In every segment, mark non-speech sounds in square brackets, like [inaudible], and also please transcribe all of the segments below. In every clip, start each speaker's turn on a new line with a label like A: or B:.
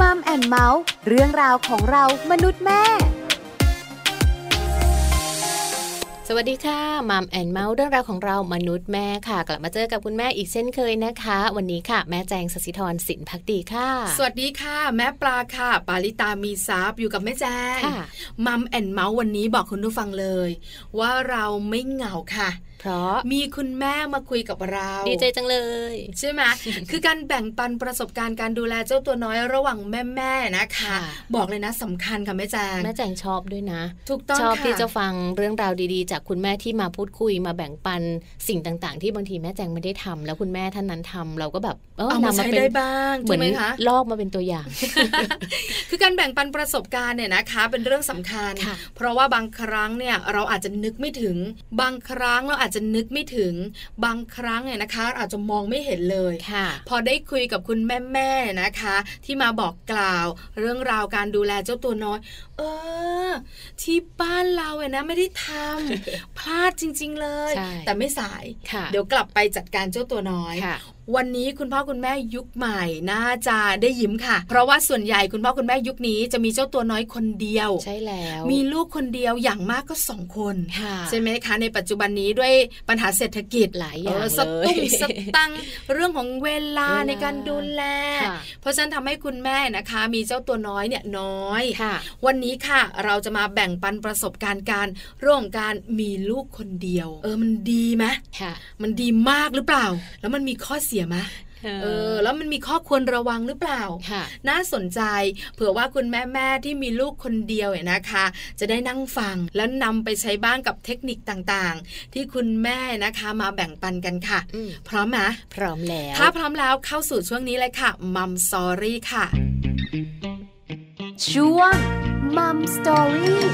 A: มัมแอนเมาส์เรื่องราวของเรามนุษย์แม่
B: สวัสดีค่ะมัมแอนเมาส์เรื่องราวของเรามนุษย์แม่ค่ะ กลับมาเจอกับคุณแม่อีกเช่นเคยนะคะ วันนี้ค่ะ แม่แจงสศิธรสินพักดีค่ะ
C: สวัสดีค่ะ แม่ปลาค่ะ ปาลิตามีซับอยู่กับแม่แจ้ง
B: ค่ะ
C: มัมแอนเมาส์วันนี้บอกคุณผู้ฟังเลย ว่าเราไม่เหงาค่ะ
B: เพราะ
C: มีคุณแม่มาคุยกับเรา
B: ดีใจจังเลย
C: ใช่ไหม คือการแบ่งปันประสบการณ์การดูแลเจ้าตัวน้อยระหว่างแม่แม่ๆนะคะ
B: ค่ะ
C: บอกเลยนะสำคัญค่ะแม่แจง
B: แม่แจงชอบด้วยนะ
C: ถูกต้อง
B: ชอบ
C: ค่
B: ที่จะฟังเรื่องราวดีๆ จากคุณแม่ที่มาพูดคุยมาแบ่งปันสิ่งต่างๆ ที่บางทีแม่แจงไม่ได้ทำแล้วคุณแม่ท่านนั้นทำเราก็แบบเออ
C: เอามาน
B: ำมา
C: ใช้
B: เป็น
C: ได้บ้าง
B: เหมื
C: ใช่
B: อน
C: ไหมคะ
B: ลอกมาเป็นตัวอย่าง
C: คือการแบ่งปันประสบการณ์เนี่ยนะคะเป็นเรื่องสำคัญ
B: ค่ะ
C: เพราะว่าบางครั้งเนี่ยเราอาจจะนึกไม่ถึง บางครั้งเราอาจจะนึกไม่ถึง บางครั้งเนี่ยนะคะอาจจะมองไม่เห็นเลย
B: ค่ะ
C: พอได้คุยกับคุณแม่แม่ๆนะคะ ที่มาบอกกล่าว เรื่องราวการดูแลเจ้าตัวน้อย เออ ที่บ้านเราเนี่ยนะไม่ได้ท
B: [laughs]
C: ำ พลาดจริง ๆ เลย
B: ใช่
C: แต่ไม่สาย
B: ค่ะ
C: เดี๋ยวกลับไปจัดการเจ้าตัวน้อย
B: ค่ะ
C: วันนี้คุณพ่อคุณแม่ยุคใหม่ น่าจะได้ยิ้มค่ะ เพราะว่าส่วนใหญ่คุณพ่อคุณแม่ยุคนี้จะมีเจ้าตัวน้อยคนเดียว
B: ใช่แล้ว
C: มีลูกคนเดียวอย่างมากก็สองคน
B: ค่ะ
C: ใช่ไหมคะ ในปัจจุบันนี้ด้วยปัญหาเศรษฐกิจ
B: หลายอย่าง
C: เออ
B: เลย
C: สตุ้งสตังค์เรื่องของเวลา
B: เวลา
C: ในการดูแล
B: ค่ะ
C: เพราะฉะนั้นทำให้คุณแม่นะคะ มีเจ้าตัวน้อยเนี่ยน้อย
B: ค่ะ
C: วันนี้ค่ะเราจะมาแบ่งปันประสบการณ์การเรื่องของการมีลูกคนเดียว เออมันดีไหม
B: ค่ะ
C: มันดีมากหรือเปล่า แล้วมันมีข้อเสียไหม เออแล้วมันมีข้อควรระวังหรือเปล่า
B: ค่ะ
C: น่าสนใจ เผื่อว่าคุณแม่แม่ๆที่มีลูกคนเดียวเนี่ยนะคะ จะได้นั่งฟังแล้วนำไปใช้บ้างกับเทคนิคต่างๆ ที่คุณแม่นะคะมาแบ่งปันกันค่ะ
B: อืม
C: พร้อมไหม
B: พร้อมแล้ว
C: ถ้าพร้อมแล้วเข้าสู่ช่วงนี้เลยค่ะมัมซอรี่ค่ะ
A: ช่วงมัมสตอรี่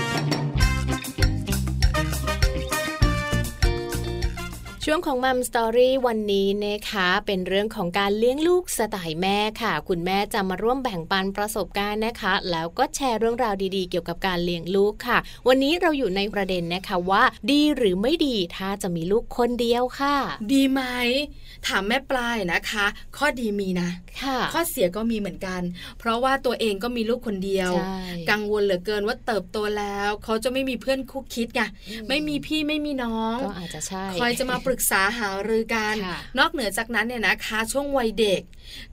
B: ช่วงของมัมสตอรี่วันนี้นะคะเป็นเรื่องของการเลี้ยงลูกสไตล์แม่ค่ะ คุณแม่จะมาร่วมแบ่งปันประสบการณ์นะคะ แล้วก็แชร์เรื่องราวดีๆ เกี่ยวกับการเลี้ยงลูกค่ะ วันนี้เราอยู่ในประเด็นนะคะว่า ดีหรือไม่ดีถ้าจะมีลูกคนเดียวค่ะ
C: ดีไหม ถามแม่ปลายนะคะ ข้อดีมีนะ
B: ค่ะ
C: ข้อเสียก็มีเหมือนกัน เพราะว่าตัวเองก็มีลูกคนเดียว
B: ใช่
C: กังวลเหลือเกินว่าเติบโตแล้ว เขาจะไม่มีเพื่อนคุกคิดไง ไม่มีพี่ไม่มีน้อง
B: ก็อาจจะใช่
C: คอยจะมาปรึกษาหารือกัน
B: ค่ะ
C: นอกเหนือจากนั้นเนี่ยนะคะ ช่วงวัยเด็ก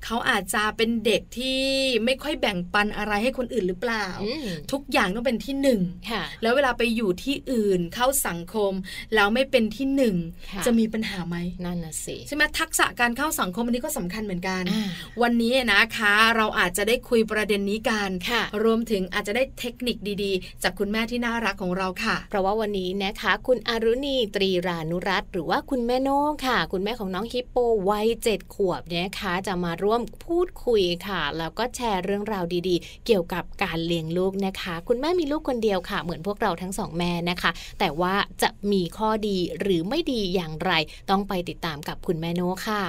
C: เขาอาจจะเป็นเด็กที่ไม่ค่อยแบ่งปันอะไรให้คนอื่นหรือเปล่า
B: อืม
C: ทุกอย่างต้องเป็นที่หนึ่ง
B: ค่ะ
C: แล้วเวลาไปอยู่ที่อื่นเข้าสังคม แล้วไม่เป็นที่หนึ่ง
B: ค่ะ
C: จะมีปัญหาไหม
B: นั่นน่ะสิ
C: ใช่ไหมทักษะการเข้าสังคมอันนี้ก็สำคัญเหมือนกัน
B: อ่า
C: วันนี้นะคะเราอาจจะได้คุยประเด็นนี้กัน
B: ค่ะ
C: รวมถึงอาจจะได้เทคนิคดีๆ จากคุณแม่ที่น่ารักของเราค่ะ
B: เพราะว่าวันนี้นะคะ คุณอารุณีตรีรานุรัตน์หรือว่าคุณแม่โน่งค่ะ คุณแม่ของน้องฮิปโปวัยเจ็ดขวบเนี่ยนะคะจะมาร่วมพูดคุยค่ะ แล้วก็แชร์เรื่องราวดีๆ เกี่ยวกับการเลี้ยงลูกนะคะ คุณแม่มีลูกคนเดียวค่ะ เหมือนพวกเราทั้งสองแม่นะคะ แต่ว่าจะมีข้อดีหรือไม่ดีอย่างไร ต้องไปติดตามกับคุณแม่โน่ค่ะ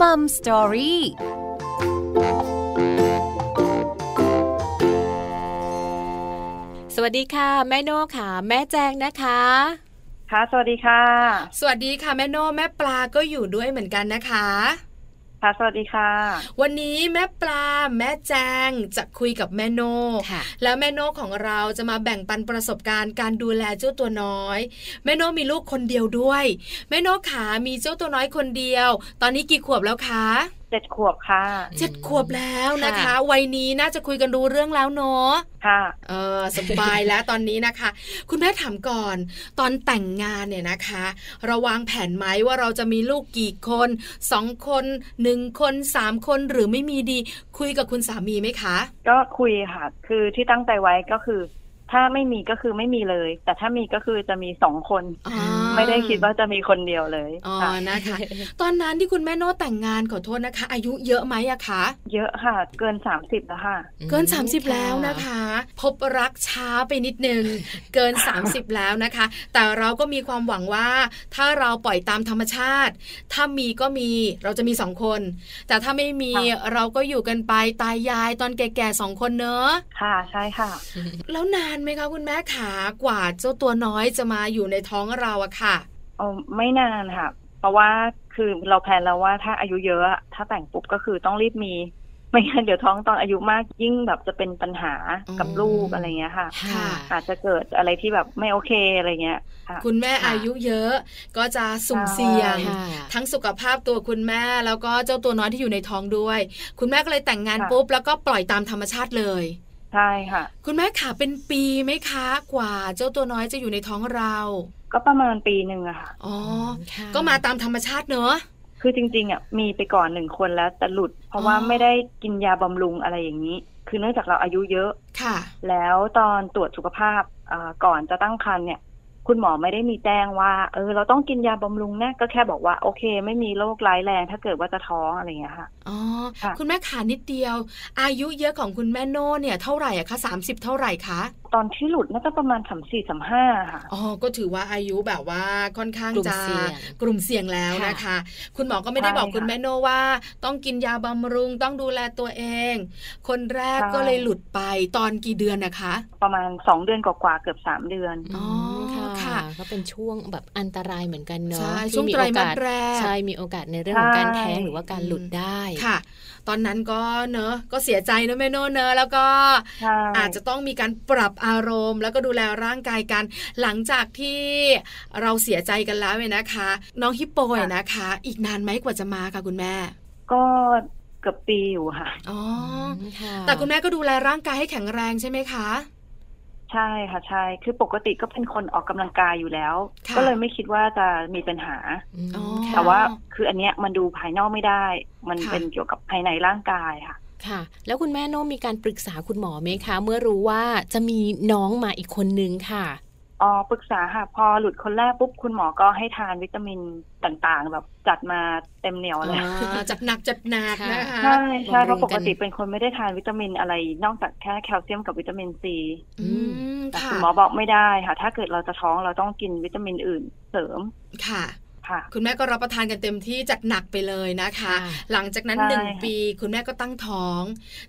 A: มัมสตอรี่
B: สวัสดีค่ะ แม่โน่ค่ะ แม่แจงนะคะ
D: ค่ะ สวัสดีค่ะ
C: สวัสดีค่ะแม่โน่แม่ปลาก็อยู่ด้วยเหมือนกันนะคะ
D: ค่ะ สวัสดีค่ะ
C: วันนี้แม่ปลาแม่แจงจะคุยกับแม่โน่
B: ค่ะ
C: แล้วแม่โน่ของเราจะมาแบ่งปันประสบการณ์การดูแลเจ้าตัวน้อย แม่โน่มีลูกคนเดียวด้วยแม่โน่ขามีเจ้าตัวน้อยคนเดียว ตอนนี้กี่ขวบแล้วคะ
D: เจ็ดขวบค่ะ
C: เจ็ดขวบแล้วนะคะ
B: ค่ะ
C: วัยนี้น่าจะคุยกันรู้เรื่องแล้วเนาะ
D: ค่ะ
C: เออสบายแล้วตอนนี้นะคะ คุณแม่ถามก่อน ตอนแต่งงานเนี่ยนะคะ เราวางแผนไหมว่าเราจะมีลูกกี่คนสองคนหนึ่งคนสามคนหรือไม่มีดี คุยกับคุณสามีไหมคะ
D: ก็คุยค่ะ คือที่ตั้งใจไว้ก็คือ ถ้าไม่มีก็คือไม่มีเลย แต่ถ้ามีก็คือจะมีสองคน
C: อ๋อ
D: ไม่ได้คิดว่าจะมีคนเดียวเลย
C: อ๋อ
D: ค่ะ
C: นะคะ ตอนนั้นที่คุณแม่โน้แต่งงานขอโทษนะคะ อายุเยอะไหมอะคะ
D: เยอะค่ะ เกินสามสิบแล้วค่ะ
C: เกิน 30 แล้วนะคะ พบรักช้าไปนิดนึง เกิน 30 แล้วนะคะ แต่เราก็มีความหวังว่า ถ้าเราปล่อยตามธรรมชาติ ถ้ามีก็มีเราจะมีสองคน แต่ถ้าไม่มี
D: ค่ะ
C: เราก็อยู่กันไปตายายตอนแก่ๆสองคนเนอะ
D: ค่ะ ใช่ค่ะ
C: แล้วนานไหมคะคุณแม่ขากว่าเจ้าตัวน้อยจะมาอยู่ในท้องเราอะค่ะ
D: เอาไม่นานค่ะ เพราะว่าคือเราแพลนแล้วว่าถ้าอายุเยอะ ถ้าแต่งปุ๊บก็คือต้องรีบมี ไม่งั้นเดี๋ยวท้องตอนอายุมากยิ่งแบบจะเป็นปัญหากับ
B: อืม
D: ลูกอะไรเงี้ยค่ะ
B: ค่ะ
D: อาจจะเกิดอะไรที่แบบไม่โอเคอะไรเงี้ยค่ะ
C: คุณแม่
B: ค่ะ
C: อายุเยอะก็จะสุ่มเสี่ยง
B: ค่ะ
C: ทั้งสุขภาพตัวคุณแม่แล้วก็เจ้าตัวน้อยที่อยู่ในท้องด้วย คุณแม่ก็เลยแต่งงาน
D: ค่ะ
C: ปุ๊บแล้วก็ปล่อยตามธรรมชาติเลย
D: ใช่ค่ะ
C: คุณแม่ขาเป็นปีไหมคะ กว่าเจ้าตัวน้อยจะอยู่ในท้องเรา
D: ก็ประมาณปีหนึ่งอะค่ะ
C: อ๋อ
B: ค่ะ
C: ก็มาตามธรรมชาติเนอะ
D: คือจริงๆอ่ะมีไปก่อนหนึ่งคนแล้วแต่หลุด เพราะว่า
C: อ๋อ
D: ไม่ได้กินยาบำรุงอะไรอย่างนี้ คือเนื่องจากเราอายุเยอะ
C: ค่ะ
D: แล้วตอนตรวจสุขภาพอ่าก่อนจะตั้งครรภ์เนี่ย คุณหมอไม่ได้มีแจ้งว่า เออ เราต้องกินยาบำรุงนะก็แค่บอกว่าโอเค ไม่มีโรคร้ายแรง ถ้าเกิดว่าจะท้องอะไรอย่างเงี้ยค่ะ
C: อ๋อ
D: ค่ะ
C: คุณแม่ขานิดเดียว อายุเยอะของคุณแม่โน่เนี่ยเท่าไหร่อะคะสามสิบเท่าไหร่คะ
D: ตอนที่หลุดน่าจะประมาณสามสี่สามห้าค่ะ
C: อ๋อ ก็ถือว่าอายุแบบว่าค่อนข้าง
B: กลุ่ม
C: จะ
B: เสี่ยง
C: กลุ่มเสี่ยงแล้วนะคะ คุณหมอก็ไม่ได้
D: ใช่
C: บอกคุณ
D: ค่ะ
C: แม่โนว่า ต้องกินยาบำรุงต้องดูแลตัวเอง คนแรก
D: ใช่
C: ก็เลยหลุดไปตอนกี่เดือนนะคะ
D: ประมาณสองเดือนกว่าๆเกือบสามเดือน
B: อ๋อ
C: อ๋อ
B: ค่ะ
C: ค่ะ
B: ก็เป็นช่วงแบบอันตรายเหมือนกันเนาะ
C: ใช่
B: ที่
C: ช่วง
B: มี
C: ไตร
B: โอก
C: มาส
B: ส
C: แรก
B: ใช่มีโอกาสในเรื่องของการแท้ง
D: ใช่
B: หรือว่าการหลุดได้
C: ค่ะ ตอนนั้นก็เนอะก็เสียใจนะแม่โนเนอะแล้วก็
D: ใช่
C: อาจจะต้องมีการปรับอารมณ์ แล้วก็ดูแลร่างกายกัน หลังจากที่เราเสียใจกันแล้วเนี่ยนะคะ น้องฮิปโปเนี่ยนะคะ อีกนานไหมกว่าจะมาค่ะคุณแม่
D: ก็เกือบปีอยู่ค่ะ
C: อ๋อ
B: อื
C: อ
B: มค่ะ
C: แต่คุณแม่ก็ดูแลร่างกายให้แข็งแรงใช่ไหมคะ
D: ใช่ค่ะใช่ คือปกติก็เป็นคนออกกำลังกายอยู่แล้ว
C: ค่ะ
D: ก็เลยไม่คิดว่าจะมีปัญหา
B: อืม
C: อ๋อ
B: ค่ะ
D: แต่ว่าคืออันเนี้ยมันดูภายนอกไม่ได้ มัน
C: ค่ะ
D: เป็นเกี่ยวกับภายในร่างกายค่ะ
B: ค่ะ แล้วคุณแม่โน้มมีการปรึกษาคุณหมอไหมคะ เมื่อรู้ว่าจะมีน้องมาอีกคนนึงค่ะ
D: อ๋อปรึกษาค่ะ พอหลุดคนแรกปุ๊บคุณหมอก็ให้ทานวิตามินต่างๆ แบบจัดมาเต็มเหนียวเลย
C: อ่าจัดหนักจัดหนัก
B: ค่ะ
C: นะคะ
D: ใช่ใช่
B: บำรุงกัน
D: เพราะปกติเป็นคนไม่ได้ทานวิตามินอะไร นอกจากแค่แคลเซียมกับวิตามินซี
C: อืม
D: แต่
C: ค่ะ
D: คุณหมอบอกไม่ได้ค่ะ ถ้าเกิดเราจะท้องเราต้องกินวิตามินอื่นเสริม
C: ค่ะ
D: ค่ะ
C: คุณแม่ก็รับประทานกันเต็มที่จัดหนักไปเลยนะคะ
B: ค่ะ
C: หลังจากนั้น
D: ใช่
C: หนึ่งปี คุณแม่ก็ตั้งท้อง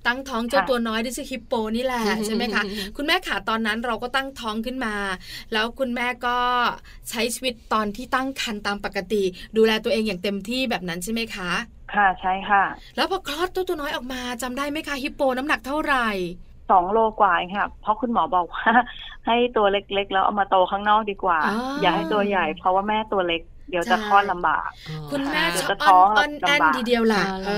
C: ตั้งท้องเจ้า
D: ค่ะ
C: ตัวน้อยที่ชื่อฮิปโปนี่แหละใช่ไหมคะ คุณแม่ขาตอนนั้นเราก็ตั้งท้องขึ้นมา แล้วคุณแม่ก็ใช้ชีวิตตอนที่ตั้งครรภ์ตามปกติ ดูแลตัวเองอย่างเต็มที่แบบนั้นใช่ไหมคะ
D: ค่ะใช่ค่ะ
C: แล้วพอคลอดเจ้าตัวน้อยออกมาจำได้ไหมคะฮิปโปน้ำหนักเท่าไหร่
D: สองโลกว่าเองค่ะ เพราะคุณหมอบอกว่า ให้ตัวเล็กๆ แล้วเอามาโตข้างนอกดีกว่า
C: อ๋ออย่
D: อาให้ตัวใหญ่ เพราะว่าแม่ตัวเล็กเดี๋ยวจะ
C: ใช่
D: คลอดลำบาก
B: อ๋อ
C: คุณแม่ชอ
D: จะ
C: บ
D: ท้
C: อ้
D: อ
C: อง นอ้อน
D: ลำบาก
C: แอนทีเดียวล่ะ เอ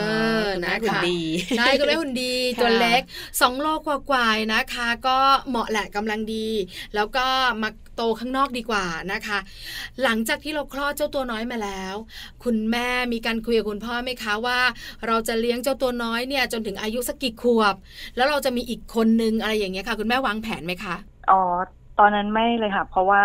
C: อ
B: คุณแม่
C: นะ
B: หุ่
C: คะ
B: ดี
C: ใช่คุณแม่หุ่นดี
B: ค่ะ
C: ตัวเล็กสองโลกว่ากว่าๆนะคะ ก็เหมาะแหละกำลังดี แล้วก็มาโตข้างนอกดีกว่านะคะ หลังจากที่เราคลอดเจ้าตัวน้อยมาแล้ว คุณแม่มีการคุยกับคุณพ่อไหมคะว่า เราจะเลี้ยงเจ้าตัวน้อยเนี่ยจนถึงอายุสักกี่ขวบ แล้วเราจะมีอีกคนนึงอะไรอย่างเงี้ยค่ะ คุณแม่วางแผนไหมคะ
D: อ๋อตอนนั้นไม่เลยค่ะ เพราะว่า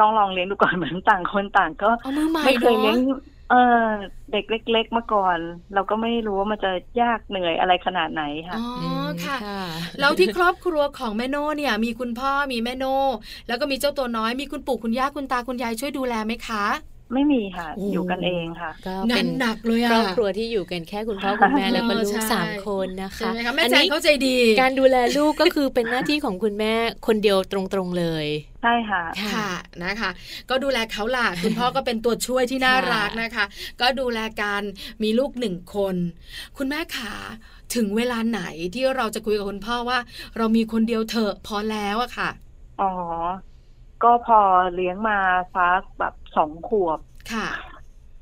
D: ต้องลองเลี้ยงดูก่อน เหมือนต่างคนต่างก็
C: เอามือใหม่
D: ไม่เคยเลี้ยง
C: เนาะ
D: เออเด็กเล็ก ๆ มาก่อน เราก็ไม่รู้ว่ามันจะยากเหนื่อยอะไรขนาดไหนค่ะ
C: อ๋อ
B: ม
C: ค่ะ แล้วที่ครอบครัวของแม่โน่เนี่ย มีคุณพ่อมีแม่โน่แล้วก็มีเจ้าตัวน้อยมีคุณปู่คุณย่าคุณตาคุณยายช่วยดูแลไหมคะ
D: ไม่มีค่ะ
C: โอ้
D: อยู่กันเองค่ะ
B: ก็
C: งา
B: เป็น
C: นหนักเลยอะ
B: ครอบครัวที่อยู่กันแค่คุณพ่อ
C: [laughs]
B: คุณแม่แล้วก็ลูกสามคนนะ
C: ใช่
B: คะ
C: ไหมคะแม่แจงเข้าใจดี
B: การดูแลลูกก็คือเป็นหน้าที่ของคุณแม่คนเดียวตรงๆเลย
D: ใช่ค่ะ
C: ค่ะนะคะ ก็ดูแลเขาล่ะ คุณพ่อก็เป็นตัวช่วยที่น่า
B: ค่ะ
C: รักนะคะ ก็ดูแลการมีลูกหนึ่งคน คุณแม่ขาถึงเวลาไหนที่เราจะคุยกับคุณพ่อว่า เรามีคนเดียวเถอะพอแล้วอะค่ะ
D: อ๋อ ก็พอเลี้ยงมาฟักแบบสองขวบ
C: ค่ะ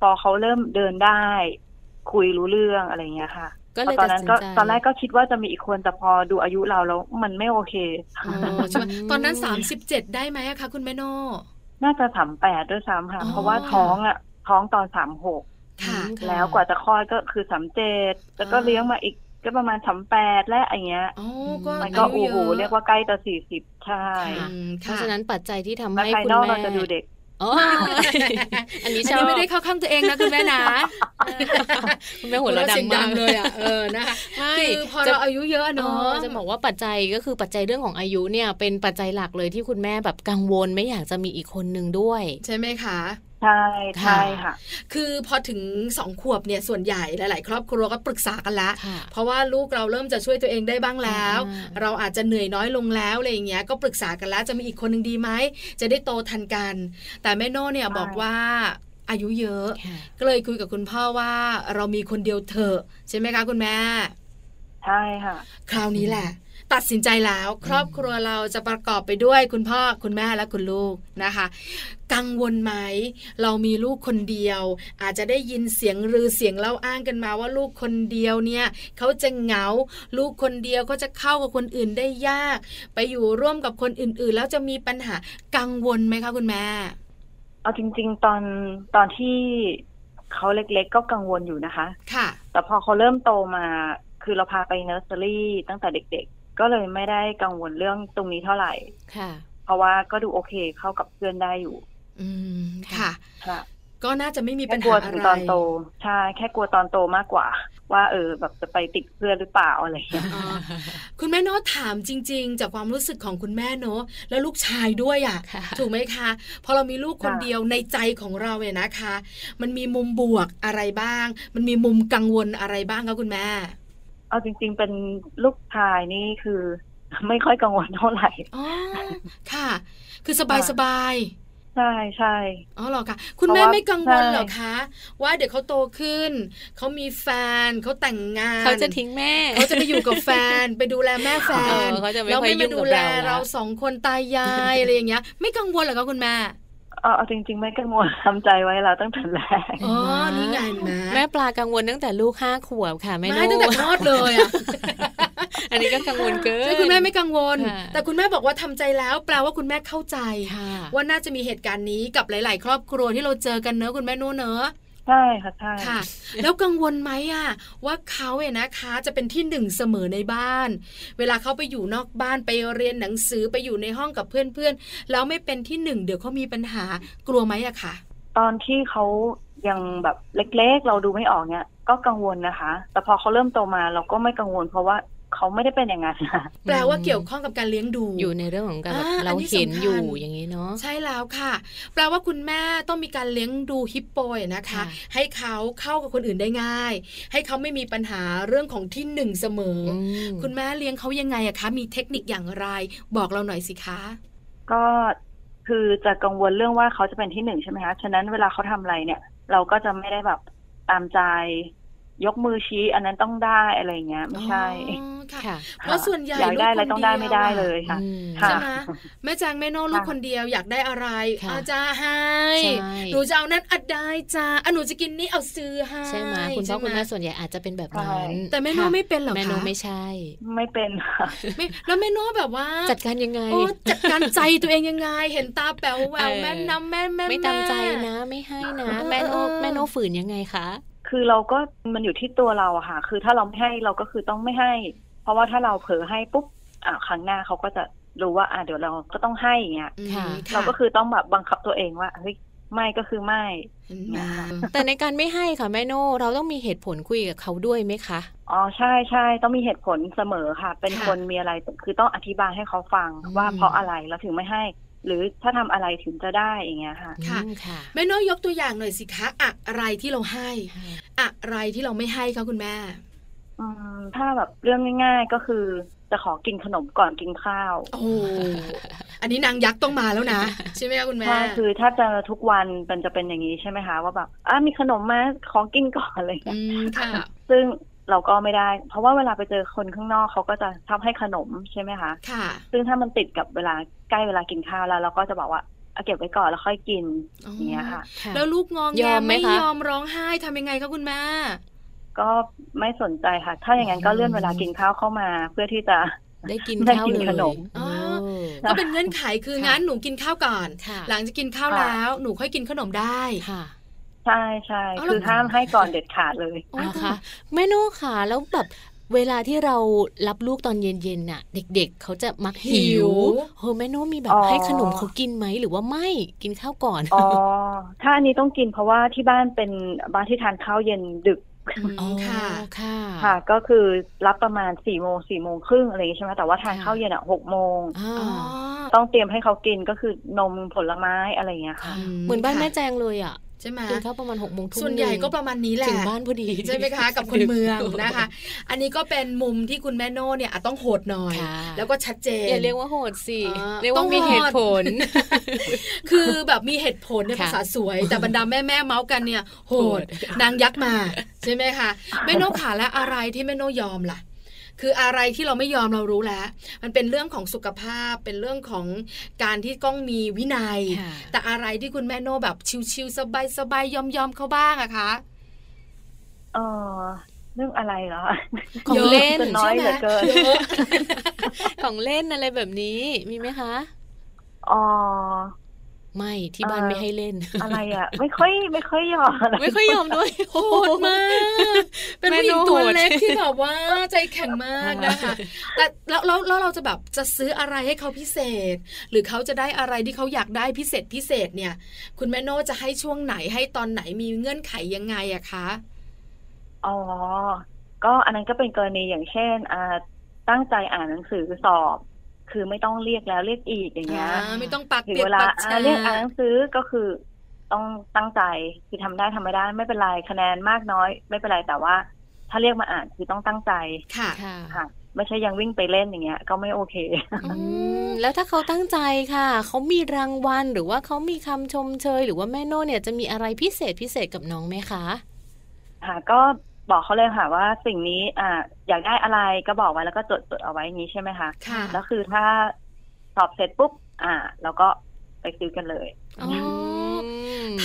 D: พอเขาเริ่มเดินได้ คุยรู้เรื่องอะไรอย่างเงี้ยค่ะ
B: ก็เลย
D: ตอน
B: ตัด
D: นั้น
B: สิน
D: ก็
B: ใจ
D: ตอนแรกก็คิดว่าจะมีอีกคนแต่พอดูอายุเราแล้วมันไม่โอเค
B: อ๋อ
C: เออใช่ไหม
B: อืม
C: ตอนนั้น 37 ได้ไหมอะคะคุณแม่โน่
D: น่าจะสามแปดด้วยซ้ำค่ะ
C: อ๋อ
D: เพราะว่าท้องอ่ะ ท้องตอนสามหก
C: ค่ะ
B: ค่ะ
D: แล้วกว่าจะคลอดก็คือสามเจ็ดแล้วก็
C: อ่า
D: เลี้ยงมาอีกก็ประมาณสามแปดและอะไรเงี้ย
C: อ๋อก็
D: มันก็
C: ายุ
D: โอ้โห
C: ะ
D: เรียกว่าใกล้จะสี่สิบใช่
B: ค่ะ
C: อืม
B: เพราะฉะนั้นปัจจัยที่ทำ
D: แล้ว
B: ให้
D: ภาย
B: คุณ
D: นอก
B: แม่
D: เราจะดูเด็ก
B: อ๋
C: [laughs]
B: ออันนี้
C: อัน
B: ชอบ
C: นี้ไม่ได้เข้าข้างตัวเองนะคุณแม่ [laughs] นะ
B: คุณแม่หัวเราะ
C: เสียง
B: ดั
C: ดั
B: ง
C: ง
B: มา
C: เล
B: ก
C: ยอ่ะเออนะคะ
B: ไม่
C: คือพอ
B: จะ
C: เราอายุเยอะเนอะ
B: เออจะบอกว่าปัจจัยก็คือปัจจัยเรื่องของอายุเนี่ยเป็นปัจจัยหลักเลยที่คุณแม่แบบกังวลไม่อยากจะมีอีกคนนึงด้วย
C: ใช่ไหมคะ
D: ใช่ใช่ค่ะ
C: คือพอถึงสองขวบเนี่ยส่วนใหญ่หลาย ๆ ครอบครัวก็ปรึกษากันละ
B: ค่ะ
C: เพราะว่าลูกเราเริ่มจะช่วยตัวเองได้บ้างแล้ว
B: อ่า
C: เราอาจจะเหนื่อยน้อยลงแล้วอะไรอย่างเงี้ยก็ปรึกษากันแล้วจะมีอีกคนหนึ่งดีไหมจะได้โตทันกัน แต่แม่โน่เนี่ย
D: ใช่
C: บอกว่าอายุเยอะ
B: ค่ะ
C: ก็เลยคุยกับคุณพ่อว่าเรามีคนเดียวเถอะใช่ไหมคะคุณแม่
D: ใช่ค่ะ
C: คราวนี้แหละ ตัดสินใจแล้ว ครอบครัวเราจะประกอบไปด้วยคุณพ่อคุณแม่และคุณลูกนะคะ กังวลไหมเรามีลูกคนเดียว อาจจะได้ยินเสียงรือเสียงเล่าอ้างกันมาว่าลูกคนเดียวเนี่ยเขาจะเหงา ลูกคนเดียวเขาจะเข้ากับคนอื่นได้ยาก ไปอยู่ร่วมกับคนอื่นๆ แล้วจะมีปัญหากังวลไหมคะคุณแม่
D: เอาจริง ๆ ตอนตอนที่เขาเล็กๆ ก็กังวลอยู่นะคะ
C: ค่ะ
D: แต่พอเขาเริ่มโตมา คือเราพาไปเนอร์เซอรี่ตั้งแต่เด็ก ๆ ก็เลยไม่ได้กังวลเรื่องตรงนี้เท่าไหร่
B: ค่ะ
D: เพราะว่าก็ดูโอเคเข้ากับเพื่อนได้อยู่
C: อืมค่ะ
D: ค่ะ
C: ก็น่าจะไม่มี
D: แค่
C: ปัญ
D: กลั
C: หาว อะ
D: ถึ
C: ไรง
D: ตอนโตใช่แค่กลัวตอนโตมากกว่า ว่าเออแบบจะไปติดเพื่อนหรือเปล่าอะไรอย่างเงี้ย
C: อ๋อ คุณแม่เนาะถามจริง ๆ จากความรู้สึกของคุณแม่เนาะแล้วลูกชายด้วยอะ่ะ
B: ค่ะ
C: ถูกไหมคะพอเรามีลูกคน
D: ค่ะ
C: เดียวในใจของเราเนี่ยนะคะ มันมีมุมบวกอะไรบ้าง มันมีมุมกังวลอะไรบ้างคะคุณแม่
D: เอาจริง ๆ เป็นลูกชายนี่คือ ไม่ค่อยกังวลเท่าไหร่
C: อ๋อ ค่ะ คือสบายสบาย
D: ใช่ใช่
C: ๆอ๋อเหรอคะคุณแม่
D: เพราะว่า
C: ไม่กังวล
D: ใช่
C: เหรอคะ ว่าเดี๋ยวเขาโตขึ้น เขามีแฟนเขาแต่งงาน
B: เขาจะทิ้งแม่
C: เขาจะไปอยู่กับแฟน ไปดูแลแม่แฟ
B: เอน อเขาจะไม่
C: แล้ว
B: ค่อย
C: ไม่
B: ยุ่
C: มาง ดู
B: กับ
C: แล
B: เราละ
C: เราสองคนตายาย [laughs] อะไรอย่างเงี้ย ไม่กังวลเหรอคะคุณแม่
D: เอาเอาจริง ๆ ไม่กังวลทำใจไว้แล้วตั้งแต่แรก
C: อ๋อ นี่ไงเห็นไหม
B: แม่ปลากังวลตั้งแต่ลูกห้าขวบค่ะแม่
C: ไม่
B: โน่
C: ตั้งแต่คลอดเลยอ่ะ
B: อันนี้ก็กังวลเกิน
C: ใช่คุณแม่ไม่กังวล
B: ค่ะ
C: แต่คุณแม่บอกว่าทำใจแล้ว แปลว่าคุณแม่เข้าใจ
B: ค่ะ
C: ว่าน่าจะมีเหตุการณ์นี้กับหลาย ๆ ครอบครัวที่เราเจอกันเนอะคุณแม่นู่นเนอะ
D: ใช่ค่ะใช่
C: ค่ะ แล้วกังวลไหมอ่ะ ว่าเขาเนี่ยนะคะ จะเป็นที่หนึ่งเสมอในบ้าน เวลาเขาไปอยู่นอกบ้านไปเรียนหนังสือไปอยู่ในห้องกับเพื่อน ๆ แล้วไม่เป็นที่หนึ่งเดี๋ยวเขามีปัญหากลัวไหมอะค่ะ
D: ตอนที่เขายังแบบเล็กๆ เราดูไม่ออกเนี่ยก็กังวลนะคะ แต่พอเขาเริ่มโตมาเราก็ไม่กังวล เพราะว่าเขาไม่ได้เป็นอย่างนั้นนะ [laughs]
C: แปลว่าเกี่ยวข้องกับการเลี้ยงดู
B: อยู่ในเรื่องของการแบบ
C: อ่า
B: เรา
C: อันนี้
B: เห็น
C: สำคัญ
B: อยู่อย่างนี้เนาะ
C: ใช่แล้วค่ะ แปลว่าคุณแม่ต้องมีการเลี้ยงดูฮิปโปอะนะคะ
B: ค่ะ
C: ให้เขาเข้ากับคนอื่นได้ง่าย ให้เขาไม่มีปัญหาเรื่องของที่หนึ่งเสมออ
B: ม
C: คุณแม่เลี้ยงเขายังไงอะคะ มีเทคนิคอย่างไร บอกเราหน่อยสิคะ
D: ก็คือจะกังวลเรื่องว่าเขาจะเป็นที่หนึ่งใช่ไหมคะ ฉะนั้นเวลาเขาทำอะไรเนี่ย เราก็จะไม่ได้แบบตามใจยกมือชี้ อันนั้นต้องได้อะไรอย่างเงี้ย ไม่ใช่
C: อ๋อค่ะ
B: ค่ะ
C: เพราะส่วนใหญ่
D: อยากได้อะไร
C: ลูกคน
D: ต้องได้
C: เดียว
D: ไม่ได้
C: อะ
D: เลยค่ะ
B: อืม
D: ค่ะ
C: ใช่ไหมแม่แจงแม่โน่ลูกคนเดียวอยากได้อะไร
B: ค่ะ
C: อาจาให้
B: ใช่
C: หนูจะเอานั้นอัดได้จ้าอ่ะหนูจะกินนี่เอาซื้อให้
B: ใช่ไหมคุณพ่อ
C: ใช่ไห
B: คุณแม่ส่วนใหญ่อาจจะเป็นแบบนั้
D: ใช่
B: น
C: แต่แม่โน่
B: ค่ะ
C: ไม่เป็นหรอคะ
B: แม่โนไม่ใช่
D: ไม่เป็นค่ะ
C: ไม่แล้วแม่โน้แบบว่า
B: จัดการยังไง
C: โอ้จัดการใจตัวเองยังไง เห็นตาแป๋วแวว
B: เออ
C: แม่นำแม่แม่
B: ไม่ตามใจนะไม่ให้นะ
C: เออ
B: แม่โน
C: เออ
B: แม่โนฝืนยังไงคะ
D: คือเราก็มันอยู่ที่ตัวเราอะค่ะ คือถ้าเราไม่ให้เราก็คือต้องไม่ให้ เพราะว่าถ้าเราเผลอให้ปุ๊บอ่ะครั้งหน้าเขาก็จะรู้ว่า อ่ะเดี๋ยวเราก็ต้องให้อย่างเงี้ย
C: อืม
B: ค่ะ
D: เราก็คือต้องแบบบังคับตัวเองว่าเฮ้ยไม่ก็คือไม่
C: เห็นไหม
B: แต่ในการไม่ให้ค่ะแม่โนเราต้องมีเหตุผลคุยกับเขาด้วยไหมคะ
D: อ๋อใช่ใช่ต้องมีเหตุผลเสมอค่ะ เป็น
B: ค่ะ
D: คนมีอะไรคือต้องอธิบายให้เขาฟัง
B: อืม
D: ว่าเพราะอะไรเราถึงไม่ให้ หรือถ้าทำอะไรถึงจะได้อย่างเงี้ยค่ะ
C: ะ
B: อืมค่ะ
C: แม่โน้ยกตัวอย่างหน่อยสิคะอะไรที่เราให้ อะไรที่เราไม่ให้คะคุณแม่
D: อืมถ้าแบบเรื่องง่าย ๆ ก็คือจะขอกินขนมก่อนกินข้าว
C: โอ้โหอันนี้นางยักษ์ต้องมาแล้วนะ ใช่ไหมคะคุณแม่
D: ใช่คือถ้าจะทุกวันมันจะเป็นอย่างนี้ใช่ไหมคะ ว่าแบบอ่ะมีขนมมาของกินก่อนอะไรอย่าง
C: อื
D: เงี้ย
C: มค่ะ
D: ซึ่งเราก็ไม่ได้ เพราะว่าเวลาไปเจอคนข้างนอกเขาก็จะชอบให้ขนมใช่ไหมคะ
C: ค่ะ
D: ซึ่งถ้ามันติดกับเวลาใกล้เวลากินข้าวแล้วเราก็จะบอกว่าเอาเก็บไว้ก่อนแล้วค่อยกิน
C: อ๋อ
D: อย่างเงี้ยค่ะ
C: แล้วลูกงองแง
B: ยอมไหม
C: ไม่
B: คะ
C: ยอมร้องไห้ทำยังไงคะคุณแม่
D: ก็ไม่สนใจค่ะ ถ้าอย่างนั้นก็เลื่อนเวลากินข้าวเข้ามา เพื่อที่จะ
B: ได้กิน
D: ได้
B: ข้าว
D: กิน
B: เลย
D: ขนม
B: โอ้
C: ก็เป็นเงื่อนไขคือ
B: ค่ะ
C: งั้นหนูกินข้าวก่อน
B: ค่ะ
C: หลังจากกินข้าวแล้ว หนูค่อยกินขนมได้
B: ค่ะ
D: ใช่ใช่
C: เอาล่ะ
D: คือห้ามให้ก่อนเด็ดขาดเลย
C: โอ้ย
B: นะคะแม่โน่ค่ะแล้วแบบเวลาที่เรารับลูกตอนเย็นๆน่ะ เด็กๆเขาจะมักหิวเฮ้ยแม่โน่มีแบบ
D: อ๋อ
B: ให้ขนมเขากินไหมหรือว่าไม่กินข้าวก่อน
D: อ๋อถ้าอันนี้ต้องกินเพราะว่าที่บ้านเป็นบ้านที่ทานข้าวเย็นดึก
B: อ๋อ
C: ค่ะ
B: ค่ะ
D: ค่ะ ก็คือรับประมาณสี่โมงสี่โมงครึ่งอะไรอย่างงี้ใช่ไหมแต่ว่าทาน
B: ค่ะ
D: ข้าวเย็นอ่ะหกโมง
B: อ่า
C: อ๋อ
D: ต้องเตรียมให้เขากินก็คือนมผลไม้อะไรอย่างเงี้ยค่ะ
B: ค่ะ
C: อืม
B: เหมือนบ้าน
C: ค่ะ
B: แม่แจงเลยอ่ะ
C: ใช่ไหม
B: กินข้าวประมาณหกโมงทุ่ม
C: ส่วนใหญ่
B: นึ่ง
C: ก็ประมาณนี้แหละ
B: ถึงบ้านพอดี
C: ใช่ไหมคะ
B: [laughs]
C: กับคนเมืองนะคะ อันนี้ก็เป็นมุมที่คุณแม่โน่เนี่ยอาจต้องโหดหน่อย
B: ค่ะ
C: แล้วก็ชัดเจน
B: อย่าเรียกว่าโหดสิ
C: อ่า
B: เรียก
C: ต้
B: ว่า
C: อง
B: มีเหตุ
C: โหด
B: ผล
C: คือแบบมีเหตุผลในย
B: ค่ะ
C: ภาษาสวย แต่บรรดาแม่แม่ๆเมาส์กันเนี่ยโหด
B: โหด
C: นางยักษ์มา ใช่ไหมคะแม่โน่ขาและอะไรที่แม่โน่ยอมล่ะ คืออะไรที่เราไม่ยอมเรารู้แล้ว มันเป็นเรื่องของสุขภาพเป็นเรื่องของการที่ต้องมีวินัย
B: ค่ะ
C: แต่อะไรที่คุณแม่โน่แบบชิวๆสบายๆยอมๆเขาบ้างอะคะ
D: เออเรื่องอะไรเหรอ [laughs] คะ
B: ของ
C: เยอะ
B: เล่น
D: จนน้อย
B: ใช่ไห
D: เหลื
B: ม
D: อเกิน
B: ของเล่นอะไรแบบนี้มีไหมคะ
D: อ๋อ
B: ไม่ที่บ้าน
D: เอ่อ
B: ไม่ให้เล่น
D: อะไรอ่ะ ไม่ค่อยไม่ค่อยยอมอะไร
B: ไม่ค่อยยอมด้วยโห
C: โหดมาก [laughs] เป็นผู้หญิงตัวเล็กที่แบบว่าใจแข็งมากนะคะ [laughs] แต่แล้วแล้วแล้วเราจะแบบจะซื้ออะไรให้เขาพิเศษ หรือเขาจะได้อะไรที่เขาอยากได้พิเศษพิเศษเนี่ย คุณแม่โน่จะให้ช่วงไหนให้ตอนไหนมีเงื่อนไขยังไงอะคะ
D: อ๋อ ก็อันนั้นก็เป็นกรณีอย่างเช่นอ่าตั้งใจอ่านหนังสือสอบ คือไม่ต้องเรียกแล้วเรียกอีกอย่างเงี้ย
C: อ่าไม่ต้องปัก
D: ถึง
C: เปียก
D: เวลา
C: ปัก
D: อ่า
C: ชา
D: เรียกอ่านหนังสือก็คือต้องตั้งใจคือทำได้ทำไม่ได้ไม่เป็นไรคะแนนมากน้อย ไม่เป็นไรแต่ว่า ถ้าเรียกมาอ่านคือต้องตั้งใจ
C: ค่ะ
B: ค่ะ
D: ค่ะ ไม่ใช่ยังวิ่งไปเล่นอย่างเงี้ย ก็ไม่โอเค [laughs]
B: อืมแล้วถ้าเขาตั้งใจค่ะเขามีรางวัลหรือว่าเขามีคำชมเชย หรือว่าแม่โน่เนี่ยจะมีอะไรพิเศษพิเศษกับน้องไหมคะ
D: ค่ะ ก็บอกเขาเลยค่ะว่าสิ่งนี้อ่าอยากได้อะไรก็บอกไว้แล้วก็จดจดเอาไว้อย่างนี้ใช่ไหมคะ
C: ค่ะ
D: แล้วคือถ้าสอบเสร็จปุ๊บ อ่า แล้วก็ไปซื้อกันเลย
B: อ๋อ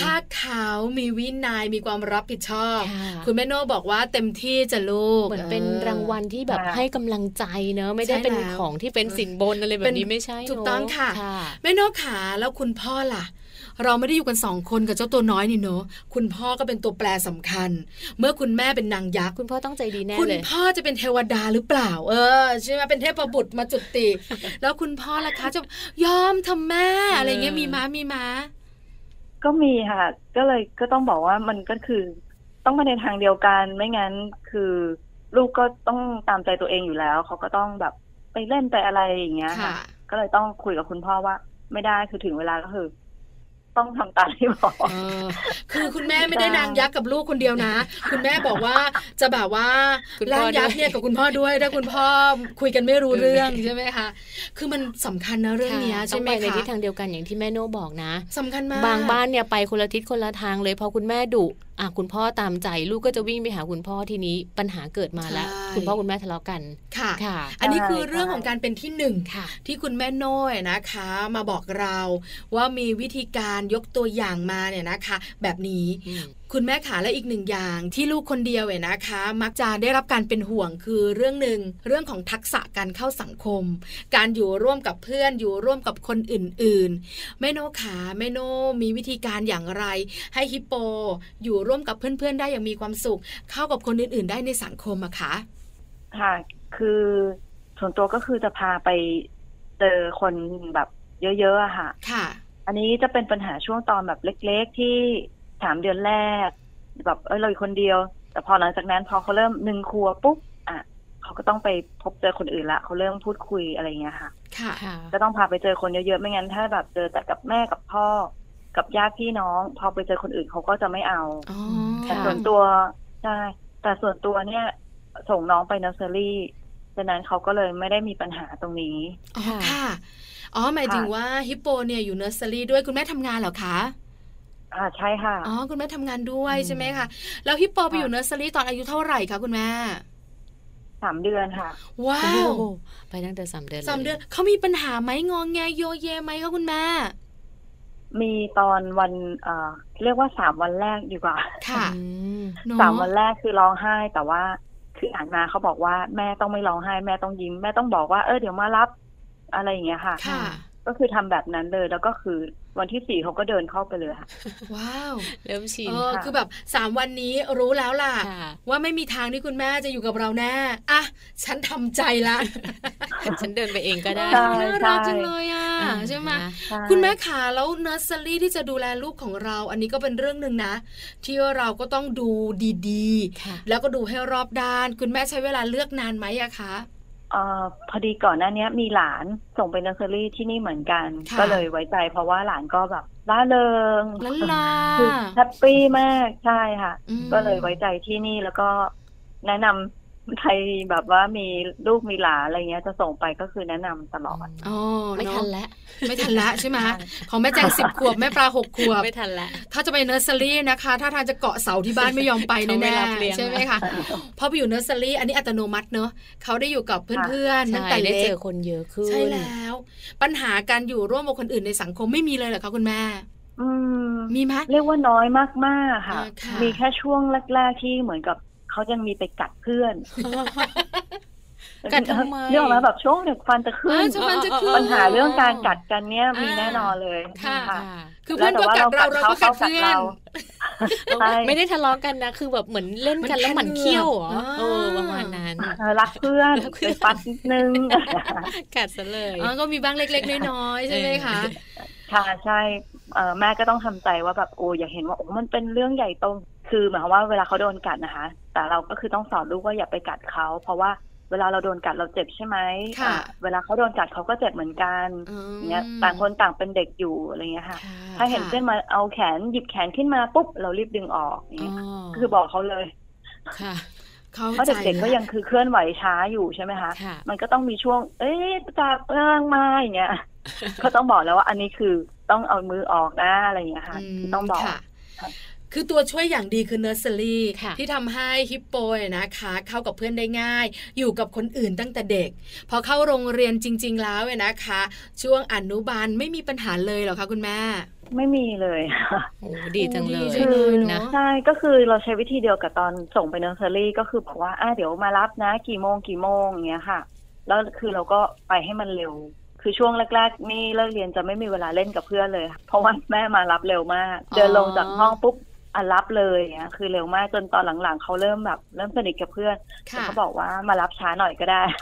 C: ถ้าเขามีวินัยมีความรับผิดชอบ
B: ค่ะ
C: คุณแม่โน่บอกว่าเต็มที่จะลูก
B: เหมือนเป็นรางวัลที่แบบ
D: ค่ะ
B: ให้กำลังใจเนอะไม่ได้
C: ใช่
B: เป็น
C: แล้ว
B: ของที่เป็นสินบนอะไรแบ
C: เป็
B: บ
C: น
B: นี้ไม่ใช่เน
C: ถูกต้องค่ะ
B: ค่ะ
C: แม่โน่ขาแล้วคุณพ่อล่ะ เราไม่ได้อยู่กันสองคนกับเจ้าตัวน้อยนี่เนอะคุณพ่อก็เป็นตัวแปรสำคัญ เมื่อคุณแม่เป็นนางยักษ์
B: คุณพ่อต้องใจดีแน่
C: คุณ
B: เลย
C: พ่อจะเป็นเทวดาหรือเปล่า เออใช่ไหมเป็นเทพบุตรมาจุ
B: [laughs]
C: ติ แล้วคุณพ่อล่ะคะจะยอมทำแม่อะไรเงี้ย
B: เออ
C: มีม้ามีม้า
D: ก็มีค่ะ ก็เลยก็ต้องบอกว่ามันก็คือ ต้องไปในทางเดียวกัน ไม่งั้นคือ ลูกก็ต้องตามใจตัวเองอยู่แล้ว เขาก็ต้องแบบไปเล่นไปอะไรอย่างเงี้ย
C: ค่ะ
D: ก็เลยต้องคุยกับคุณพ่อว่า ไม่ได้คือถึงเวลาก็คือ ต้องทำตามที่บอก
C: [laughs] เออคือคุณแม่ไม่ได้นางยักษ์กับลูกคนเดียวนะ คุณแม่บอกว่าจะแบบว่า
B: คุณพ่
C: ร่า
B: อง
C: ยัก
B: ด้
C: ษ์
B: วย
C: เนี่ยกับคุณพ่อด้วยถ้าคุณพ่อคุยกันไม่รู้เรื่อง
B: [laughs]
C: ใช่ไหมคะคือมันสำคัญนะเรื่องเนี้ย
B: ค่ะ
C: ใช่ไหม
B: ต้องไปในทิศ
C: คะ
B: ทางเดียวกันอย่างที่แม่โน่บอกนะ
C: สำคัญมาก
B: บางบ้านเนี่ยไปคนละทิศคนละทางเลยพอคุณแม่ดุอ่ะคุณพ่อตามใจ ลูกก็จะวิ่งไปหาคุณพ่อทีนี้ปัญหาเกิดมาแล้ว
C: ใช่
B: คุณพ่อคุณแม่ทะเลาะกัน
C: ค่ะ
B: ค่ะ
C: อันนี้คือ
D: ใช่
C: เรื่องของการเป็นที่หนึ่ง
B: ค่ะ
C: ที่คุณแม่โน้ยนะคะ มาบอกเราว่ามีวิธีการยกตัวอย่างมาเนี่ยนะคะ แบบนี้คุณแม่ขาและอีกหนึ่งอย่างที่ลูกคนเดียวเนี่ยนะคะ มักจะได้รับการเป็นห่วงคือเรื่องหนึ่งเรื่องของทักษะการเข้าสังคม การอยู่ร่วมกับเพื่อนอยู่ร่วมกับคนอื่นๆแม่โน้ขาแม่โน้มีวิธีการอย่างไร ให้ฮิปโป อยู่ร่วมกับเพื่อนๆ ได้อย่างมีความสุข เข้ากับคนอื่นๆ ได้ในสังคมอะคะ
D: ค่ะ คือส่วนตัวก็คือจะพาไปเจอคนแบบเยอะๆอะค่ะ
C: ค่ะ
D: อันนี้จะเป็นปัญหาช่วงตอนแบบเล็ก ๆ ที่สามเดือนแรก แบบเอ้ยเราอยู่คนเดียว แต่พอหลังจากนั้นพอเขาเริ่มหนึ่งครัวบปุ๊บอ่ะเขาก็ต้องไปพบเจอคนอื่นละเขาเริ่มพูดคุยอะไรอย่างเงี้ยค่ะ
C: ค่ะ
B: ค่ะ
D: ก็ต้องพาไปเจอคนเยอะๆไม่งั้นถ้าแบบเจอแต่กับแม่กับพ่อ กับญาติพี่น้อง พอไปเจอคนอื่นเขาก็จะไม่เอา
C: อ๋อ
D: แต่
B: ค่ะ
D: ส่วนตัวใช่แต่ส่วนตัวเนี่ย ส่งน้องไปเนอร์เซอรี่ดังนั้นเขาก็เลยไม่ได้มีปัญหาตรงนี้
C: อ๋อ
B: ค่ะ
C: ค่ะ อ๋อ หมายถึง
D: ค่ะ
C: ว่าฮิปโปเนี่ยอยู่เนอร์เซอรี่ด้วยคุณแม่ทำงานเหรอคะ
D: อ่าใช่ค่ะ
C: อ๋อ คุณแม่ทำงานด้วย
B: อืม
C: ใช่ไหมคะ แล้วฮิปโปไป
D: ค่ะ
C: อยู่เนอร์เซอรี่ตอนอายุเท่าไหร่คะคุณแม่
D: สามเดือนค่ะ
C: ว้า
B: โอ้
C: ว
B: โหไปตั้งแต่สามเดือนลย
C: สามเดือนเขามีปัญหาไหมงองแงโยเยไหมคะคุณแม่
D: มีตอนวันเอ่อเรียกว่าสามวันแรกดีกว่า
C: ค่ะ
B: อืม
C: เนอะ
D: สามวันแรกคือร้องไห้แต่ว่าคืออ่านมาเขาบอกว่าแม่ต้องไม่ร้องไห้แม่ต้องยิ้มแม่ต้องบอกว่าเออเดี๋ยวมารับอะไรอย่างเงี้ยค่ะ
C: ค่ะ
D: ก็คือทำแบบนั้นเลยแล้วก็คือวันที่สี่เขาก็เดินเข้าไปเลยค่ะ
C: ว้าว
B: เริ่มชิน
C: เออ
D: ค่ะ
C: คือแบบสามวันนี้รู้แล้วล่ะ
B: ค่ะ
C: ว่าไม่มีทางที่คุณแม่จะอยู่กับเราแน่ อ่ะ ฉันทำใจละ
B: ฉันเดินไปเองก็ได้
D: ใช่
C: น่ารักจังเลยอ่ะใช่ไหม
B: นะ
D: ใช่
C: คุณแม่ขาแล้วเนอร์เซอรี่ที่จะดูแลลูกของเรา อันนี้ก็เป็นเรื่องหนึ่งนะ ที่เราก็ต้องดูดี
B: ค่ะ
C: ๆ แล้วก็ดูให้รอบด้าน คุณแม่ใช้เวลาเลือกนานไหมอะคะ
D: เอ่อพอดีก่อนหน้าเนี้ยมีหลานส่งไปเนอร์เซอรี่ที่นี่เหมือนกัน
C: ค่ะ
D: ก็เลยไว้ใจ เพราะว่าหลานก็แบบร่าเริง
C: ลันลา
D: คือแฮปปี้มากใช่ค่ะ
C: อืม
D: ก็เลยไว้ใจที่นี่แล้วก็แนะนำ ใครแบบว่ามีลูกมีหลานอะไรเงี้ยจะส่งไปก็คือแนะนำตลอด
C: อ๋อ
B: ไม่
C: เอะ
B: ทันแล้ว
C: ไม่ทันละใช่ไหมของแม่แจงสิบขวบแม่ปลาหกขวบ
B: ไม่ทันแล้ว
C: ถ้าจะไปเนอร์เซอรี่นะคะ ถ้าทางจะเกาะเสาที่บ้านไม่ยอมไป
B: เขาไม่
C: แน่
B: รับเลี้ยง
C: ๆใช่ไหมคะพอไปอยู่เนอร์เซอรี่อันนี้อัตโนมัติเนอะเขาได้อยู่กับเพื่อนๆตั้ง
B: ใช่
C: แต่
B: ได้
C: เล็
B: เจ
C: ก
B: อคนเยอะขึ้น
C: ใช่แล้ว ปัญหาการอยู่ร่วมกับคนอื่นในสังคมไม่มีเลยเหรอคะคุณแม่
D: อืม
C: มีไหม
D: เรียกว่าน้อยมากๆค่ะ
C: อ่าค่ะ
D: มีแค่ช่วงแรก ๆ ที่เหมือนกับเขายังมีไปกัดเพื่อน
B: กัดทำไม
D: เรื่องแล้วแบบช่วงหนึ่งฟันจะขึ้น
C: อ่าจะมันจะคือ
D: ปัญหาเรื่องการกัดกันเนี่ยมีแน่นอนเลย
C: ค่ะ
B: ค่ะ
C: คือเพื่อนก็กัดเราเราก็กัดเพื่อน
D: ใช่
B: ไม่ได้ทะเลาะกันนะ คือแบบเหมือนเล่นกันแล้วหมันเขี้ยวเหรอ
C: มันแค่เหงื่อ
B: เออประมาณนั้น
D: เออรักเพื่อนไปปัดนิดนึง
B: กัดซะเลย
C: อ๋อก็มีบ้างเล็กๆน้อยๆใช่ไหมคะ
D: ค่ะใช่เอ่อแม่ก็ต้องทำใจว่าแบบโอ้อย่าเห็นว่าโอ้มันเป็นเรื่องใหญ่โตคือหมายความว่าเวลาเขาโดนกัดนะคะ แต่เราก็คือต้องสอนลูกว่าอย่าไปกัดเขาเพราะว่าเวลาเราโดนกัดเราเจ็บใช่ไหม
C: ค่ะ
D: อ่เวลาเขาโดนกัดเขาก็เจ็บเหมือนกัน
C: อืม
D: เงี้ยต่างคนต่างเป็นเด็กอยู่อะไรเงี้ยค่ะ
C: ค่ะ
D: ถ้าเห็นเพื่อนมาเอาแขนหยิบแขนขึ้นมาปุ๊บเรารีบดึงออกอย่าง
B: อ๋อ
D: เงี้ยคือบอกเขาเลย
B: ค่ะ
C: เข้า
D: เพราะ
C: ใจ
D: เด็กๆก็ยังคือเคลื่อนไหวช้าอยู่ใช่ไหมคะ
B: ค่ะ
D: มันก็ต้องมีช่วง เอ๊ะจากเอื้องมาอย่างเงี้ย [laughs] ก็ต้องบอกแล้วว่าอันนี้คือต้องเอามือออกนะอะไรอย่างเงี้ยค่ะ
C: ม
D: ต้องบอก
C: ค่ะ
D: ค่ะ
C: คือตัวช่วยอย่างดีคือเนอร์เซอรี่
B: ค่ะ
C: ที่ทำให้ฮิปโปเนี่ยนะคะ เข้ากับเพื่อนได้ง่าย อยู่กับคนอื่นตั้งแต่เด็ก พอเข้าโรงเรียนจริง ๆ แล้วเนี่ยนะคะ ช่วงอนุบาลไม่มีปัญหาเลยเหรอคะคุณแม่
D: ไม่มีเลย
B: โอ้ดีจังเล
C: โอ้
B: ย
C: ดีจังเลย
B: นะ
C: เนาะ
D: ใช่ก็คือเราใช้วิธีเดียวกับตอนส่งไปเนอร์เซอรี่ก็คือบอกว่าอ่ะเดี๋ยวมารับนะ กี่โมงกี่โมงอย่างเงี้ยค่ะ แล้วคือเราก็ไปให้มันเร็ว คือช่วงแรกๆ นี่เลิกเรียนจะไม่มีเวลาเล่นกับเพื่อนเลยค่ะเพราะว่าแม่มารับเร็วมาก
B: อ๋อ
D: เดินลงจากห้องปุ๊บอ่ะรับเลยอย่างเงี้ยคือเร็วมากจนตอนหลังๆเขาเริ่มแบบเริ่มสนิทกับเพื่อน แต่
C: ค่ะ
D: เขาบอกว่ามารับช้าหน่อยก็ได้ [laughs]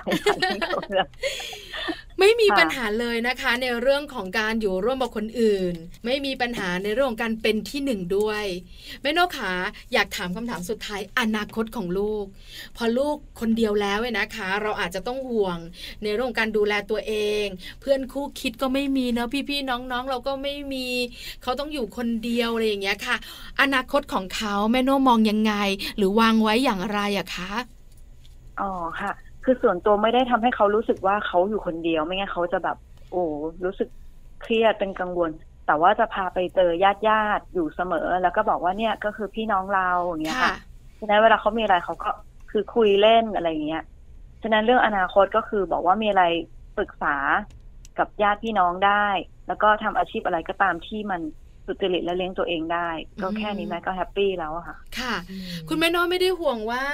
C: ไม่มี
D: ค่ะ
C: ปัญหาเลยนะคะ ในเรื่องของการอยู่ร่วมกับคนอื่น ไม่มีปัญหาในเรื่องของการเป็นที่หนึ่งด้วยแม่นกขาอยากถามคำถามสุดท้ายอนาคตของลูก พอลูกคนเดียวแล้วเนี่ยนะคะ เราอาจจะต้องห่วง ในเรื่องของการดูแลตัวเอง เพื่อนคู่คิดก็ไม่มีเนอะพี่ๆน้องๆ เราก็ไม่มี เขาต้องอยู่คนเดียวอะไรอย่างเงี้ยค่ะ อนาคตของเขาแม่โนมองยังไง หรือวางไว้อย่างไรอะคะ
D: อ๋อค่ะ คือส่วนตัวไม่ได้ทำให้เขารู้สึกว่าเขาอยู่คนเดียว ไม่งั้นเขาจะแบบ โอ้รู้สึกเครียดเป็นกังวล แต่ว่าจะพาไปเจอญาติญาติๆอยู่เสมอ แล้วก็บอกว่าเนี่ยก็คือพี่น้องเราอย่างเงี้ยค่ะฉะนั้นเวลาเขามีอะไรเขาก็คือคุยเล่นอะไรอย่างเงี้ยฉะนั้นเรื่องอนาคตก็คือบอกว่ามีอะไรปรึกษากับญาติพี่น้องได้ แล้วก็ทำอาชีพอะไรก็ตามที่มันสุจริตและเลี้ยงตัวเองได้ ก็แค่นี้แม่ก็แฮปปี้แล้วอะค่ะ
C: ค่ะ คุณแม่น้อยไม่ได้ห่วงว่า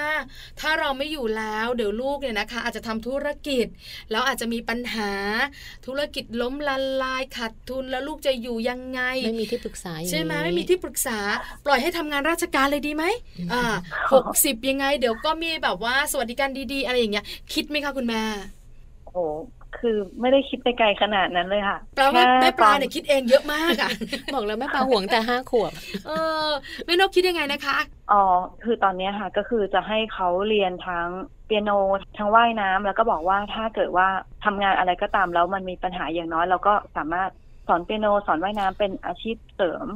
C: ถ้าเราไม่อยู่แล้วเดี๋ยวลูกเนี่ยนะคะ อาจจะทำธุรกิจ แล้วอาจจะมีปัญหา ธุรกิจล้มละลายขาดทุนแล้วลูกจะอยู่ยังไง
B: ไม่มีที่ปรึกษาอย่างนี้
C: ใช่ไหมไม่มีที่ปรึกษา ปล่อยให้ทำงานราชการเลยดีไหมอ่า
B: [laughs]
C: หกสิบยังไง เดี๋ยวก็มีแบบว่าสวัสดิการดีๆ อะไรอย่างเงี้ยคิดไหมคะคุณแม่
D: โอ้โหคือไม่ได้คิดไปไกลขนาดนั้นเลยค่ะ
C: แปลว่า
D: ค่
C: แม่ปลา
D: ตอ
C: เนี่ยคิดเองเยอะมาก
D: [laughs]
C: อ่ะ
B: บอกแล้วแม่ปลาห่วงแต่ห้าขวบ
C: เออแม่นกคิดยังไงนะคะ
D: อ๋อ คือตอนเนี้ยค่ะก็คือจะให้เขาเรียนทั้งเปียโนทั้งว่ายน้ำแล้วก็บอกว่าถ้าเกิดว่าทำงานอะไรก็ตามแล้วมันมีปัญหาอย่างน้อย เราก็สามารถสอนเปียโนสอนว่ายน้ำเป็นอาชีพเสริม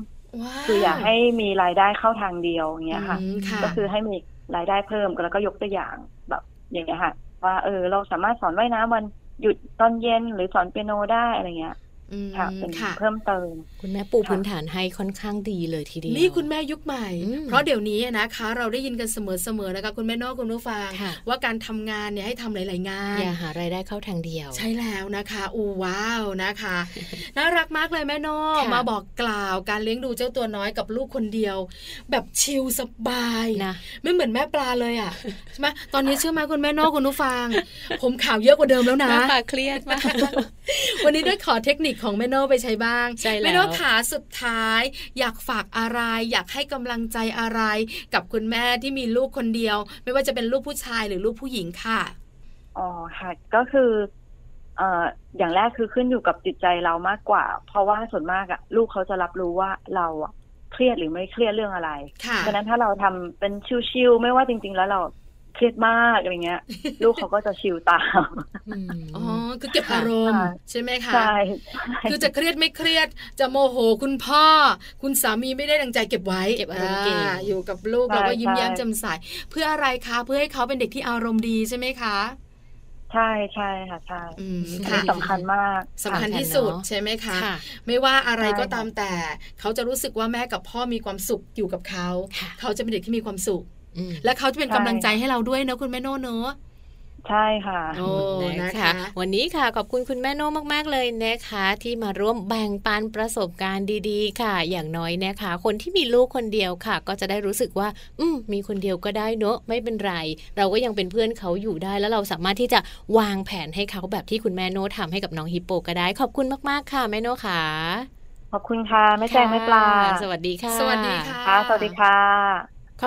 C: ว้าว
D: คืออยากให้มีรายได้เข้าทางเดียวอย่างเงี้ยค่ะ
C: อืมค่ะ
D: ก็คือให้มีรายได้เพิ่มแล้วก็ยกตัวอย่างแบบอย่างเงี้ยค่ะ ว่าเออเราสามารถสอนว่ายน้ำวันหยุดตอนเย็นหรือสอนเปียโนได้อะไรเงี้ย
C: อืม
D: ค่ะ เป็น
C: ค่ะ
D: เพิ่มเติม
B: คุณแม่ปูพื้นฐานให้ค่อนข้างดีเลยทีเดียว
C: นี่คุณแม่ยุคใหม่
B: อืม
C: เพราะเดี๋ยวนี้นะคะ เราได้ยินกันเสมอๆนะคะคุณแม่นอกคุณผู้ฟัง
B: ค่ะ
C: ว่าการทำงานเนี่ยให้ทำหลาย ๆ งาน
B: อย่าหารายได้เข้าทางเดียว
C: ใช่แล้วนะคะอูว้าวนะคะ
B: [laughs]
C: น่ารักมากเลยแม่นอ
B: ค่ะ
C: มาบอกกล่าวการเลี้ยงดูเจ้าตัวน้อยกับลูกคนเดียว แบบชิลสบาย
B: นะ
C: ไม่เหมือนแม่ปลาเลย
B: [laughs]
C: อ่ะ ใช่ไหมตอนนี้เชื่อไหมคุณแม่นอกคุณผู้ฟัง ผมข่าวเยอะกว่าเดิมแล้วนะ
B: แม่ [laughs] ปลาเครียดมาก
C: วันนี้ได้ขอเทคนิคของแม่โน่ไปใช้บ้าง
B: ใช่แล้ว
C: แม่โน่ขาสุดท้าย อยากฝากอะไร อยากให้กำลังใจอะไร กับคุณแม่ที่มีลูกคนเดียว ไม่ว่าจะเป็นลูกผู้ชายหรือลูกผู้หญิงค่ะ
D: อ๋อค่ะก็คือเอ่ออย่างแรกคือขึ้นอยู่กับจิตใจเรามากกว่า เพราะว่าส่วนมากอะลูกเขาจะรับรู้ว่าเราอะเครียดหรือไม่เครียดเรื่องอะไร
C: ค่ะ
D: ฉะนั้นถ้าเราทำเป็นชิวๆไม่ว่าจริง ๆ แล้วเรา เครียดมากอะไรเงี้ย ลูกเขาก็จะชิลตาม
C: อ๋อคือเก็บอารมณ์
D: ค่ะ
C: ใช่ไหมคะ
D: ใช่
C: คือจะเครียดไม่เครียด จะโมโหคุณพ่อ คุณสามีไม่ได้ดังใจเก็บไว้
B: เก็บอารมณ์เก็บ
C: อยู่กับลูกเราก็ยิ้มแย้มแจำใสเพื่ออะไรคะ เพื่อให้เขาเป็นเด็กที่อารมณ์ดีใช่ไหมคะ
D: ใช่ใช่ค่ะใช่
C: อืม
D: อัน
C: ค่ะ
D: นี้สำคัญมาก
C: สำคัญ
D: ะ
C: ที่สุดใช่ไหมคะ
B: ค่ะ
C: ไม่ว่าอะไรก็
D: ใช่ค่ะ
C: ตามแต่ เขาจะรู้สึกว่าแม่กับพ่อมีความสุขอยู่กับเขา
B: ค่ะ
C: เขาจะเป็นเด็กที่มีความสุข
B: อืม
C: และเขาจะเป็นกำลังใจให้เราด้วยนะคุณแม่โน่เนอะ
D: ใช่ค่ะ
C: โอ้นะคะ
B: วันนี้ค่ะขอบคุณคุณแม่โน่มากๆเลยนะคะ ที่มาร่วมแบ่งปันประสบการณ์ดีๆ ค่ะ อย่างน้อยนะคะ คนที่มีลูกคนเดียวค่ะ ก็จะได้รู้สึกว่า อืมมีคนเดียวก็ได้เนอะไม่เป็นไร เราก็ยังเป็นเพื่อนเขาอยู่ได้ แล้วเราสามารถที่จะวางแผนให้เขาแบบที่คุณแม่โน่ทำให้กับน้องฮิปโปก็ได้ ขอบคุณมากๆค่ะแม่โน่ค่ะ
D: ขอบคุณค่ะแม่แจงแม่ปลา
B: ค่ะสวัสดีค่ะ
C: สวัสดีค่ะ
D: ค่ะสวัสดีค่ะ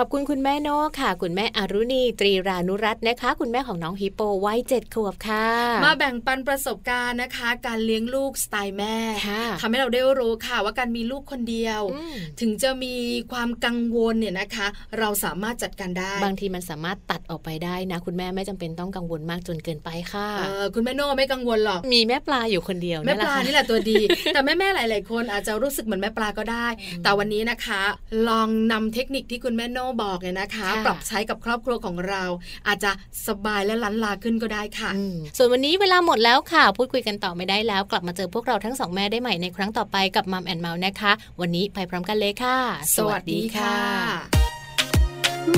B: ขอบคุณคุณแม่โน่ค่ะ คุณแม่อรุณีตรีรานุรัตน์นะคะ คุณแม่ของน้องฮิปโปวัยเจ็ดขวบค่ะ
C: มาแบ่งปันประสบการณ์นะคะ การเลี้ยงลูกสไตล์แม่
B: ค่ะ
C: ทำให้เราได้รู้ค่ะว่าการมีลูกคนเดียว
B: อืม
C: ถึงจะมีความกังวลเนี่ยนะคะ เราสามารถจัดการได้
B: บางทีมันสามารถตัดออกไปได้นะ คุณแม่ไม่จำเป็นต้องกังวลมากจนเกินไปค่ะ
C: เอ่อคุณแม่โน่ไม่กังวลหรอก
B: มีแม่ปลาอยู่คนเดียว
C: แม่ปลา
B: นี่
C: นี่
B: แหละ
C: แหละตัวดี [laughs] แต่แม่ ๆ หลาย ๆ คนอาจจะรู้สึกเหมือนแม่ปลาก็ได้
B: อืม
C: แต่วันนี้นะคะ ลองนำเทคนิคที่คุณแม่โน่บอกเนี่ยนะคะ
B: ค่ะ
C: ปรับใช้กับครอบครัวของเรา อาจจะสบายและลันลาขึ้นก็ได้ค่ะ
B: อืมส่วนวันนี้เวลาหมดแล้วค่ะ พูดคุยกันต่อไม่ได้แล้ว กลับมาเจอพวกเราทั้งสองแม่ได้ใหม่ในครั้งต่อไปกับมัมแอนเมาส์นะคะ วันนี้ไปพร้อมกันเลยค่ะ
C: สวัสดีค่ะ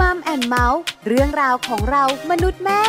A: มัมแอนเมาส์เรื่องราวของเรามนุษย์แม่